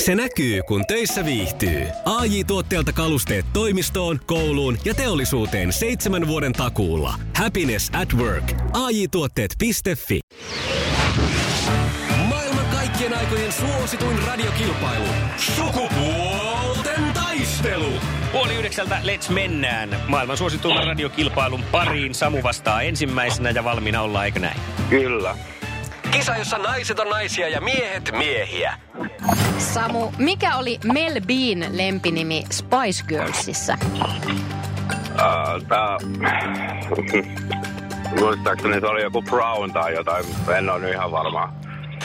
Se näkyy, kun töissä viihtyy. ai tuotteelta kalusteet toimistoon, kouluun ja teollisuuteen seitsemän vuoden takuulla. Happiness at work. ai tuotteetfi Maailman kaikkien aikojen suosituin radiokilpailu. Sukupuolten taistelu. Puoli yhdeksältä, let's mennään. Maailman suosituimman radiokilpailun pariin Samu vastaa ensimmäisenä ja valmiina olla, eikö näin? Kyllä. Kisa, jossa naiset on naisia ja miehet miehiä. Samu, mikä oli Mel Bean lempinimi Spice Girlsissa? Uh, tää... Muistaakseni se oli joku Brown tai jotain. En ole nyt ihan varma.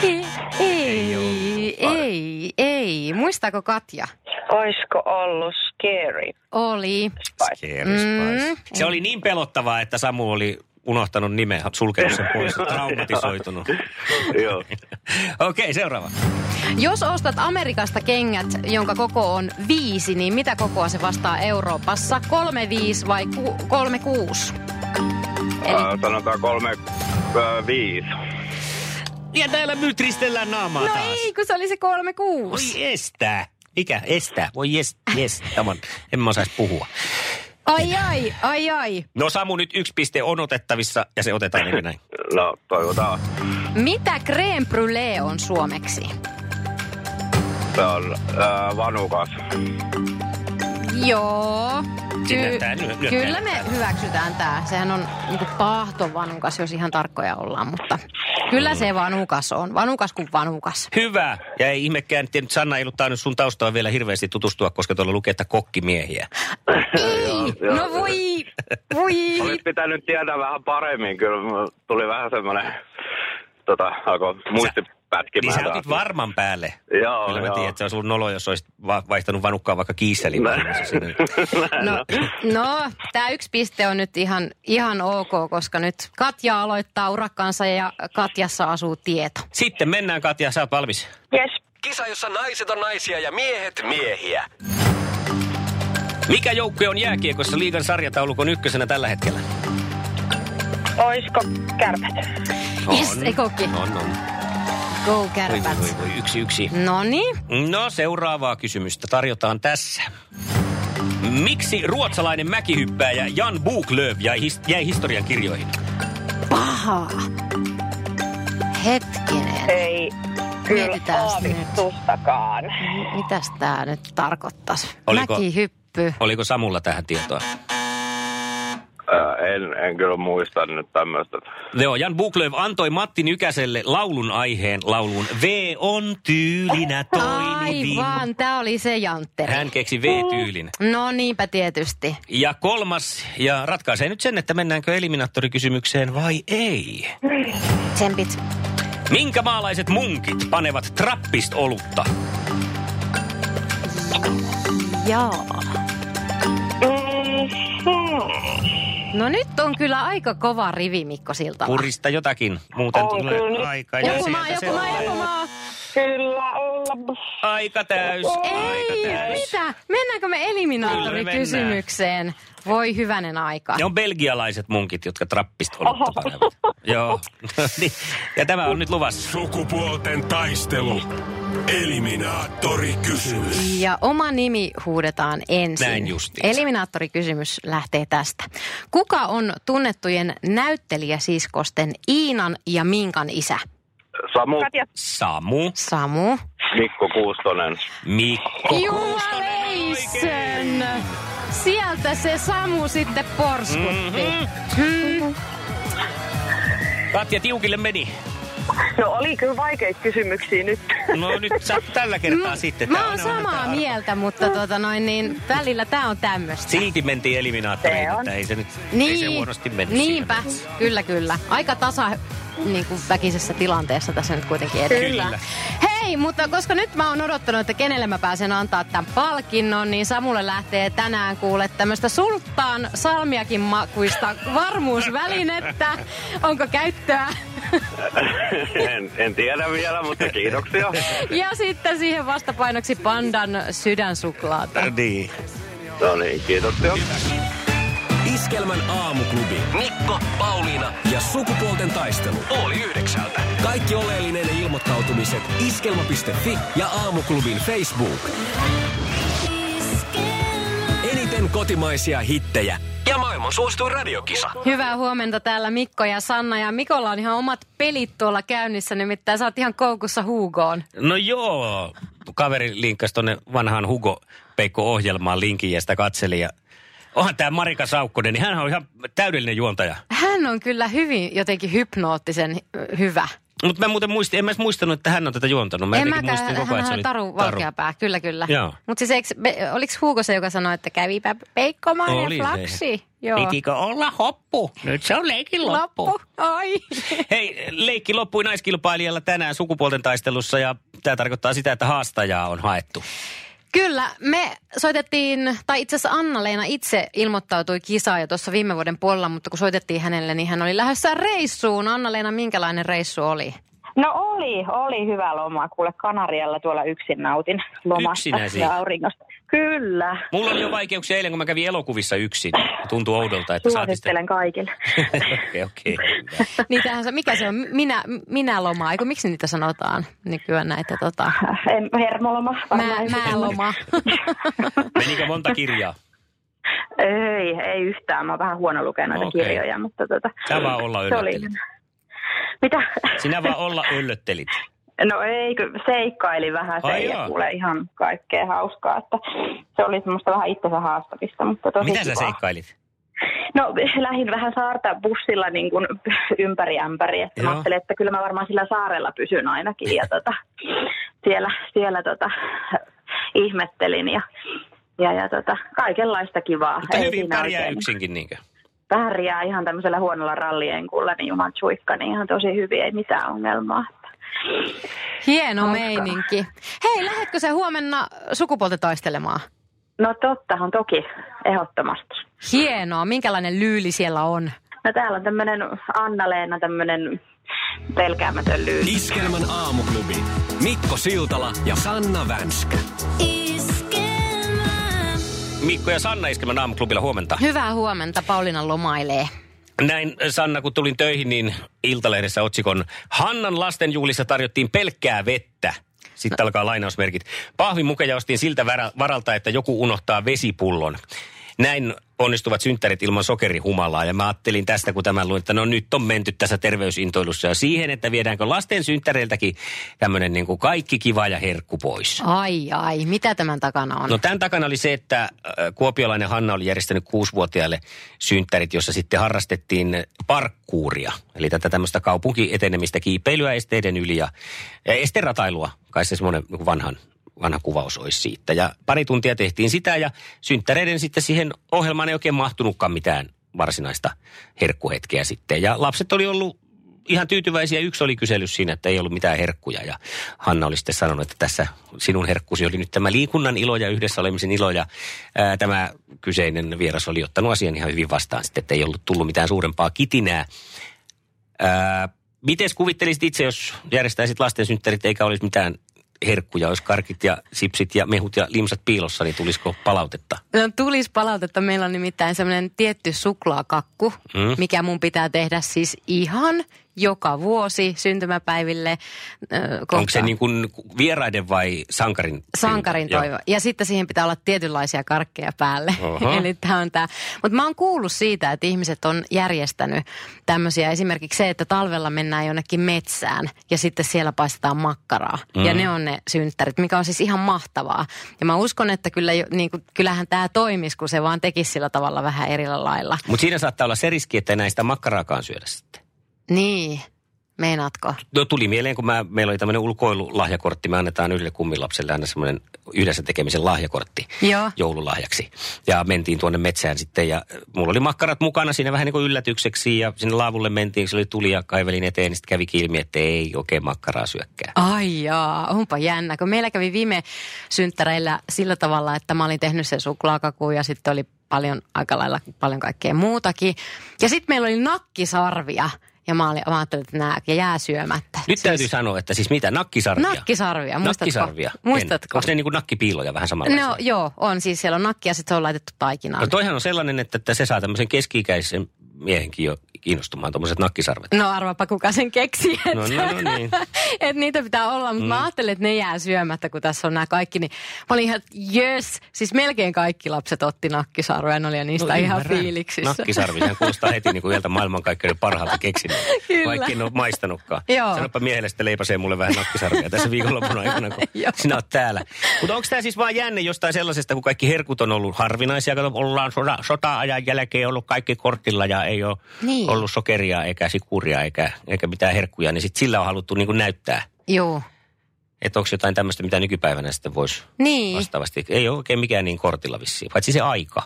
Ei, ei, ei, ei. Muistaako Katja? Oisko ollut scary? Oli. Scary Spice. Mm. Se oli niin pelottavaa, että Samu oli unohtanut nimen, sulkenut sen pois, traumatisoitunut. Joo. Okei, okay, seuraava. Jos ostat Amerikasta kengät, jonka koko on viisi, niin mitä kokoa se vastaa Euroopassa? Kolme viisi vai ku, kolme kuusi? Eli, Uh, sanotaan kolme, uh, viisi. Ja täällä mytristellään naamaa no taas. ei, kun se oli se kolme kuusi. Voi estää. Mikä? Estää. Voi est, est. Tämä on, en mä osais puhua. Ai ai, ai ai. No Samu, nyt yksi piste on otettavissa ja se otetaan eikö näin. No, toivotaan. Mitä crème brûlée on suomeksi? Se on uh, vanukas. Joo. Myöntää, myöntää. kyllä me hyväksytään tämä. Sehän on niinku paahto vanukas, jos ihan tarkkoja ollaan, mutta kyllä Mm. se vanukas on. Vanukas kuin vanukas. Hyvä. Ja ei ihmekään, että nyt Sanna ei ollut tainnut sun taustaa vielä hirveästi tutustua, koska tuolla lukee, että kokkimiehiä. Ei, joo. no voi, voi. Olisi pitänyt tietää vähän paremmin. Kyllä mulla tuli vähän semmoinen... Tota, alkoi muisti Niin pätkimään. sä otit taas. varman päälle. Joo, Kyllä mä joo. tiedän, että se olisi ollut nolo, jos olisit va- vaihtanut vanukkaa vaikka kiisseliin. No, no tämä yksi piste on nyt ihan, ihan ok, koska nyt Katja aloittaa urakkaansa ja Katjassa asuu tieto. Sitten mennään Katja, sä oot valmis. Yes. Kisa, jossa naiset on naisia ja miehet miehiä. Mikä joukkue on jääkiekossa liigan sarjataulukon ykkösenä tällä hetkellä? Oisko kärpät? Yes, ei kokki. No. On, on. Go Voi, kärpät. voi, voi, yksi, yksi. No niin, No seuraavaa kysymystä tarjotaan tässä. Miksi ruotsalainen mäkihyppääjä Jan Buklöv jäi, his- jäi historian kirjoihin? paha. Hetkinen. Ei kyllä Mietitääns nyt. aavistustakaan. Mitäs tää nyt tarkoittaisi? Oliko- Mäkihyppy. Oliko Samulla tähän tietoa? Ö, Äh, en, en kyllä muista nyt tämmöistä. Joo, Jan Buklöv antoi Matti Nykäselle laulun aiheen lauluun V on tyylinä toini Aivan, tää oli se jantteri. Hän keksi V-tyylin. No niinpä tietysti. Ja kolmas, ja ratkaisee nyt sen, että mennäänkö eliminaattorikysymykseen vai ei. Tsempit. Minkä maalaiset munkit panevat trappist-olutta? Jaa. Mm, No nyt on kyllä aika kova rivi Mikko Siltala. Purista jotakin, muuten On tulee kyllä. aika. ja Joku sieltä maa, joku se- maa, joku maa. kyllä olla. Aika täys. Ei, aika täys. mitä? Mennäänkö me Kyllä me eliminaattorikysymykseen? Voi hyvänen aika. Ne on belgialaiset munkit, jotka trappist olutta panevat. Joo. Niin. ja tämä on nyt luvassa. Sukupuolten taistelu. Eliminaattori kysymys. Ja oma nimi huudetaan ensin. Näin justiinsa. Eliminaattorikysymys lähtee tästä. Kuka on tunnettujen näyttelijäsiskosten Iinan ja Minkan isä? Samu, Katja. Samu, Samu. Mikko Kuustonen. Mikko. Jumaleisen! Sieltä se Samu sitten porskutti. Mm-hmm. Mm. Katja tiukille meni. No oli kyllä vaikeita kysymyksiä nyt. No nyt sä oot tällä kertaa sitten. Tää Mä on oon aina tää samaa arvo. mieltä, mutta tota noin, niin välillä tää on tämmöistä. Silti mentiin eliminaattoriin, Se on. että ei se nyt niin. ei se Niin, huonosti mennyt niinpä, siinä. kyllä kyllä. Aika tasa niin kuin väkisessä tilanteessa tässä nyt kuitenkin edellä. Kyllä. Hei, mutta koska nyt mä oon odottanut, että kenelle mä pääsen antaa tämän palkinnon, niin Samulle lähtee tänään kuule tämmöistä sulttaan salmiakin makuista varmuusvälinettä. Onko käyttöä? En, en tiedä vielä, mutta kiitoksia. Ja sitten siihen vastapainoksi pandan sydänsuklaata. Niin. No niin, kiitoksia. Isä Iskelmän aamuklubi. Mikko, Pauliina ja sukupuolten taistelu. Oli yhdeksältä. Kaikki oleellinen ilmoittautumiset iskelma.fi ja aamuklubin Facebook. Eniten kotimaisia hittejä ja maailman suosituin radiokisa. Hyvää huomenta täällä Mikko ja Sanna ja Mikolla on ihan omat pelit tuolla käynnissä, nimittäin sä oot ihan koukussa Hugoon. No joo, kaveri linkkasi tonne vanhaan Hugo Peikko-ohjelmaan linkin ja sitä katseli ja Onhan tämä Marika Saukkonen, niin hän on ihan täydellinen juontaja. Hän on kyllä hyvin jotenkin hypnoottisen hyvä. Mutta mä muuten muistin, en mä edes muistanut, että hän on tätä juontanut. Mä en jotenkin mäkään, muistin koko ajan, hän että se oli Taru Valkeapää, kyllä kyllä. Joo. Mutta siis eiks, me- oliks Hugo se, joka sanoi, että kävipä peikkomainen Oli se. flaksi? Joo. Pitikö olla hoppu? Nyt se on leikin loppu. Loppu. Ai. Hei, leikki loppui naiskilpailijalla tänään sukupuolten taistelussa ja tämä tarkoittaa sitä, että haastajaa on haettu. Kyllä, me soitettiin, tai itse asiassa Anna-Leena itse ilmoittautui kisaan jo tuossa viime vuoden puolella, mutta kun soitettiin hänelle, niin hän oli lähdössä reissuun. Anna-Leena, minkälainen reissu oli? No oli, oli hyvä loma. Kuule, Kanarialla tulla yksin nautin lomasta Yksinäsi? ja auringosta. Kyllä. Mulla oli jo vaikeuksia eilen, kun mä kävin elokuvissa yksin. Tuntuu oudolta, että saatiin Suosittelen kaikille. Okei, okei. hyvä. Niitähän se, mikä se on? Minä, minä lomaa, eikö miksi niitä sanotaan nykyään näitä tota? En- Hermoloma. Mä, varmaan. mä loma. Menikö monta kirjaa? Ei, ei yhtään. Mä oon vähän huono lukenut näitä Okei. kirjoja, mutta tota... Sä vaan olla se oli- öllöttelit. Mitä? Sinä vaan olla öllöttelit. No ei, kyllä seikkaili vähän Ai se ja jaa. kuule ihan kaikkea hauskaa, että se oli semmoista vähän itsensä haastavista, mutta tosi Mitä sä kivaa. seikkailit? No lähdin vähän saarta bussilla niin kuin ympäri ämpäri, että mä Joo. ajattelin, että kyllä mä varmaan sillä saarella pysyn ainakin ja tota, siellä, siellä tota, ihmettelin ja, ja, ja tota, kaikenlaista kivaa. Mutta Ei hyvin siinä pärjää oikein- yksinkin niinkö? Pärjää ihan tämmöisellä huonolla rallienkkulla, niin juman suikka, niin ihan tosi hyvin, ei mitään ongelmaa. Hieno meininki. Hei, lähetkö se huomenna sukupuolta taistelemaan? No tottahan toki, ehdottomasti. Hienoa. Minkälainen lyyli siellä on? No täällä on tämmöinen Anna-Leena, tämmöinen pelkäämätön lyyli. Iskelmän aamuklubi. Mikko Siltala ja Sanna Vänskä. Mikko ja Sanna Iskelmän aamuklubilla huomenta. Hyvää huomenta. Pauliina lomailee. Näin äh, Sanna, kun tulin töihin, niin Iltalehdessä otsikon Hannan lastenjuhlissa tarjottiin pelkkää vettä. Sitten alkaa lainausmerkit. Pahvimukeja ostin siltä vara- varalta, että joku unohtaa vesipullon. Näin onnistuvat synttärit ilman sokerihumalaa. Ja mä ajattelin tästä, kun tämän luin, että no nyt on menty tässä terveysintoilussa ja siihen, että viedäänkö lasten synttäreiltäkin tämmöinen niin kuin kaikki kiva ja herkku pois. Ai ai, mitä tämän takana on? No tämän takana oli se, että äh, kuopiolainen Hanna oli järjestänyt kuusivuotiaille synttärit, jossa sitten harrastettiin parkkuuria. Eli tätä tämmöistä kaupunkietenemistä, kiipeilyä esteiden yli ja ja esteratailua. Kai se semmoinen niin kuin vanhan, vanha kuvaus olisi siitä. Ja pari tuntia tehtiin sitä ja synttäreiden sitten siihen ohjelmaan ei oikein mahtunutkaan mitään varsinaista herkkuhetkeä sitten. Ja lapset oli ollut ihan tyytyväisiä. Yksi oli kysellyt siinä, että ei ollut mitään herkkuja. Ja Hanna oli sitten sanonut, että tässä sinun herkkusi oli nyt tämä liikunnan ilo ja yhdessä olemisen ilo. Ja ää, tämä kyseinen vieras oli ottanut asian ihan hyvin vastaan sitten, että ei ollut tullut mitään suurempaa kitinää. Ää, mites kuvittelisit itse, jos järjestäisit lastensynttärit eikä olisi mitään herkkuja, olisi karkit ja sipsit ja mehut ja limsat piilossa, niin tulisiko palautetta? No tulisi palautetta. Meillä on nimittäin semmoinen tietty suklaakakku, Mm. mm. mikä mun pitää tehdä siis ihan joka vuosi syntymäpäiville. Äh, Onko se niin kuin vieraiden vai sankarin? Sankarin Joo. toivo. Ja sitten siihen pitää olla tietynlaisia karkkeja päälle. Oho. Eli tämä on tämä. Mutta mä oon kuullut siitä, että ihmiset on järjestänyt tämmöisiä. Esimerkiksi se, että talvella mennään jonnekin metsään ja sitten siellä paistetaan makkaraa. Mm. Ja ne on ne synttärit, mikä on siis ihan mahtavaa. Ja mä uskon, että kyllä, jo- niin kuin, kyllähän tämä toimisi, kun se vaan tekisi sillä tavalla vähän eri lailla. Mutta siinä saattaa olla se riski, että ei näistä makkaraakaan syödä sitten. Niin, meinaatko? No tuli mieleen, kun mä, meillä oli tämmöinen ulkoilulahjakortti. Me annetaan yhdelle kummilapselle aina semmoinen yhdessä tekemisen lahjakortti Joo. joululahjaksi. Ja mentiin tuonne metsään sitten ja äh, mulla oli makkarat mukana siinä vähän niin kuin yllätykseksi. Ja sinne laavulle mentiin, se oli tuli ja kaivelin eteen. Niin sitten kävi ilmi, että ei oikein makkaraa syökkää. Ai jaa, onpa jännä, kun meillä kävi viime synttäreillä sillä tavalla, että mä olin tehnyt sen suklaakakuun ja sitten oli paljon, aika lailla paljon kaikkea muutakin. Ja sitten meillä oli nakkisarvia. Ja mä, olin, mä ajattelin, että nämä jää syömättä. Nyt täytyy sanoa, että siis mitä, nakkisarvia? Nakkisarvia, muistatko? Nakkisarvia. En. Muistatko? Onko ne niin kuin nakkipiiloja vähän samanlaisia? No joo, on siis siellä on nakki ja sitten se on laitettu taikinaan. No toihan on sellainen, että, että se saa tämmöisen keski-ikäisen miehenkin jo kiinnostumaan, tuommoiset nakkisarvet. No arvaapa kuka sen keksi, että No, no, no niin. et niitä pitää olla, mutta mm. mä ajattelin, että ne jää syömättä, kun tässä on nämä kaikki. Niin mä olin ihan, että yes, siis melkein kaikki lapset otti nakkisarvoja, ne oli jo niistä no, ihan ymmärrän. fiiliksissä. Nakkisarvi, sehän kuulostaa heti niin kuin yhdeltä maailmankaikkeuden parhaalta keksinnöltä, Kyllä. vaikka en ole maistanutkaan. Joo. Sanoppa miehelle, että leipäsee mulle vähän nakkisarvia tässä viikonlopun aikana, kun Joo. sinä oot täällä. Mutta onko tämä siis vaan jänne jostain sellaisesta, kun kaikki herkut on ollut harvinaisia, kato, ollaan sota, sota-ajan jälkeen ollut kaikki kortilla ja ei ole Niin. ollut sokeria eikä sikuria eikä, eikä mitään herkkuja, niin sit sillä on haluttu niin kuin näyttää. Joo. Että onko jotain tämmöistä, mitä nykypäivänä sitten voisi Niin. vastaavasti. Ei ole oikein mikään niin kortilla vissiin, paitsi se aika.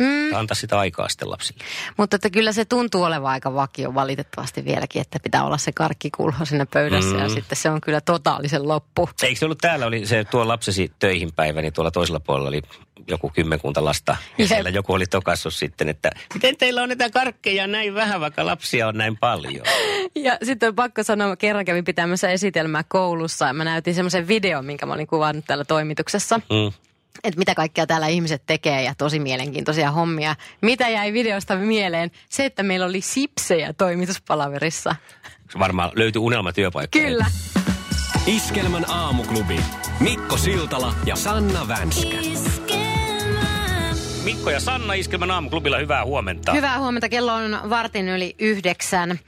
Mm, Antaa sitä aikaa sitten lapsille. mutta että kyllä se tuntuu olevan aika vakio valitettavasti vieläkin, että pitää olla se karkkikulho siinä pöydässä mm. ja Mm. sitten se on kyllä totaalisen loppu. Eikö se ollut täällä, oli se tuo lapsesi töihin päivä, niin tuolla toisella puolella oli joku kymmenkunta lasta. Ja Jep. siellä joku oli tokassut sitten, että miten teillä on näitä karkkeja näin vähän, vaikka lapsia on näin paljon. Ja sitten on pakko sanoa, mä kerran kävin pitämässä esitelmää koulussa ja mä näytin semmoisen videon, minkä mä olin kuvannut täällä toimituksessa. Mm. Että mitä kaikkea täällä ihmiset tekee ja tosi mielenkiintoisia hommia. Mitä jäi videosta mieleen? Se, että meillä oli sipsejä toimituspalaverissa. Varmaan löytyi unelmatyöpaikka. Kyllä. Iskelmän aamuklubi. Mikko Siltala ja Sanna Vänskä. Mikko ja Sanna Iskelmän aamuklubilla, hyvää huomenta. Hyvää huomenta, kello on vartin yli yhdeksän.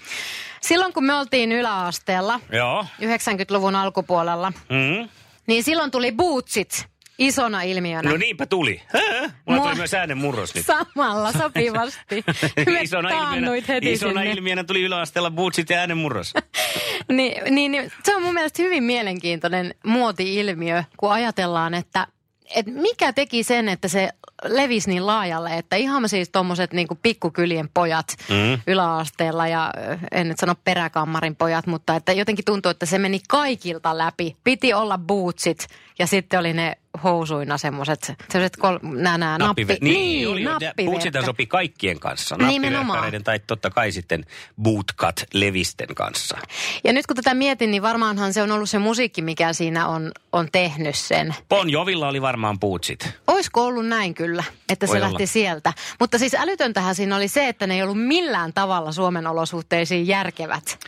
Silloin kun me oltiin yläasteella, Joo. 90-luvun alkupuolella, Mm. niin silloin tuli bootsit isona ilmiönä. No niin. niinpä tuli. Hää? Mulla Mua- tuli myös äänen murros nyt. Samalla sopivasti. Me taannuit heti isona sinne. ilmiönä tuli yläasteella bootsit ja äänen murros. Niin, niin, niin, se on mun mielestä hyvin mielenkiintoinen muoti-ilmiö, kun ajatellaan, että et mikä teki sen, että se levisi niin laajalle, että ihan siis tuommoiset niinku pikkukylien pojat mm. yläasteella ja ö, en nyt sano peräkammarin pojat, mutta että jotenkin tuntuu, että se meni kaikilta läpi. Piti olla bootsit ja sitten oli ne housuina semmoiset, semmoiset kol, nää, nää, nappi, Nappive- niin, oli, nappiverkka. Bootsita sopii kaikkien kanssa. Nimenomaan. Nappiverkkareiden tai totta kai sitten bootcut levisten kanssa. Ja nyt kun tätä mietin, niin varmaanhan se on ollut se musiikki, mikä siinä on, on tehnyt sen. Bon Jovilla oli varmaan bootsit. Olisiko ollut näin kyllä, että se Voi olla. lähti sieltä. Mutta siis älytöntähän siinä oli se, että ne ei ollut millään tavalla Suomen olosuhteisiin järkevät.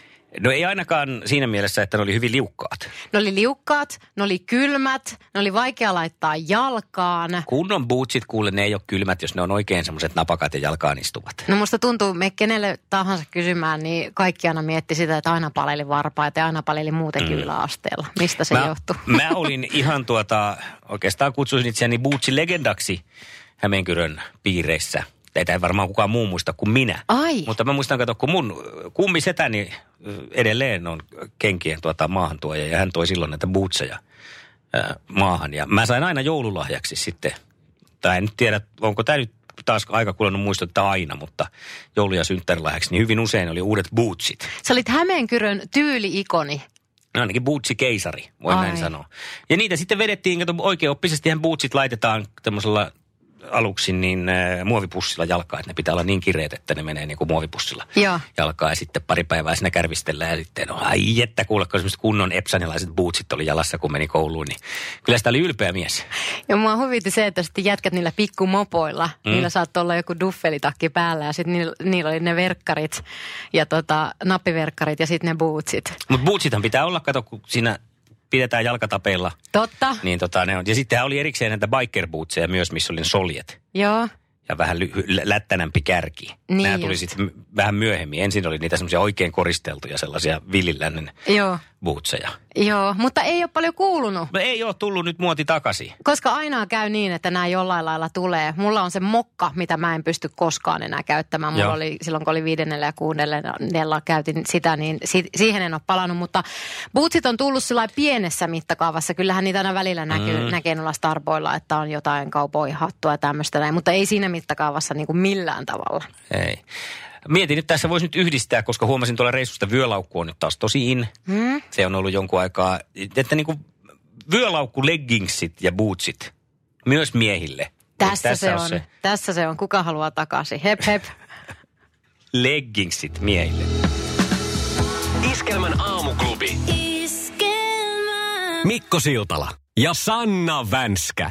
No ei ainakaan siinä mielessä, että ne oli hyvin liukkaat. Ne oli liukkaat, ne oli kylmät, ne oli vaikea laittaa jalkaan. Kunnon bootsit kuule, ne ei ole kylmät, jos ne on oikein semmoiset napakat ja jalkaan istuvat. No musta tuntuu, me kenelle tahansa kysymään, niin kaikki aina mietti sitä, että aina paleli varpaita ja aina paleli muutenkin mm. yläasteella. Mistä se johtuu? mä olin ihan tuota, oikeastaan kutsuisin itseäni bootsilegendaksi Hämeenkyrön piireissä. Tätä ei varmaan kukaan muu muista kuin minä. Ai, Mutta mä muistan, kato, kun mun ö, kummisetäni ö, edelleen on kenkien tuota, maahantuoja ja hän toi silloin näitä bootseja ö, maahan. Ja mä sain aina joululahjaksi sitten, tai en nyt tiedä, onko tämä nyt taas aika kulunut muistot, että aina, mutta joulu- ja synttärilahjaksi, niin hyvin usein oli uudet bootsit. sä olit Hämeenkyrön tyyliikoni. No ainakin bootsikeisari, voi Ai. näin sanoa. Ja niitä sitten vedettiin, kato oikein oppisestihan bootsit laitetaan tämmöisellä aluksi niin äh, muovipussilla jalkaan, että ne pitää olla niin kireet, että ne menee niin kuin muovipussilla Joo. jalkaa ja sitten pari päivää siinä kärvistellään ja sitten no, ai että kuule, kun semmoiset kunnon epsanilaiset bootsit oli jalassa, kun meni kouluun, niin kyllä sitä oli ylpeä mies. Ja mua huvitti se, että sitten jätkät niillä pikkumopoilla, mm. niillä saattoi olla joku duffelitakki päällä ja sitten niillä, niillä oli ne verkkarit ja tota, nappiverkkarit ja sitten ne bootsit. Mutta bootsithan pitää olla, kato, kun siinä pidetään jalkatapeilla, Totta, niin. niin tota ne on. Ja sittenhän oli erikseen näitä biker bootseja myös, missä oli ne soljet. joo. ja vähän lyhy- lä- lättänämpi kärki. Niin Nämä tuli just. sitten vähän myöhemmin. Ensin oli niitä semmoisia oikein koristeltuja sellaisia villilännen Joo, bootseja. joo, mutta ei ole paljon kuulunut. No ei ole tullut nyt muoti takaisin. Koska aina käy niin, että nämä jollain lailla tulee. Mulla on se mokka, mitä mä en pysty koskaan enää käyttämään. Mulla Joo. oli silloin, kun oli viidennellä ja kuudennella käytin sitä, niin si- siihen en ole palannut. Mutta bootsit on tullut sillä lailla pienessä mittakaavassa. Kyllähän niitä aina välillä näkyy, mm. näkee noilla starboilla, että on jotain cowboy-hattua ja tämmöistä näin. Mutta ei siinä mittakaavassa niin kuin millään tavalla. Ei. Mietin, että tässä voisi nyt yhdistää, koska huomasin tuolla reissusta vyölaukku on nyt taas tosi in. Mm? Se on ollut jonkun aikaa, että niin kuin vyölaukku, leggingsit ja bootsit myös miehille. Tässä, Tässä, se olisi on. Tässä se on. Kuka haluaa takaisin? Hep hep. leggingsit miehille. Iskelmän aamuklubi. Iskelmä. Mikko Siltala ja Sanna Vänskä.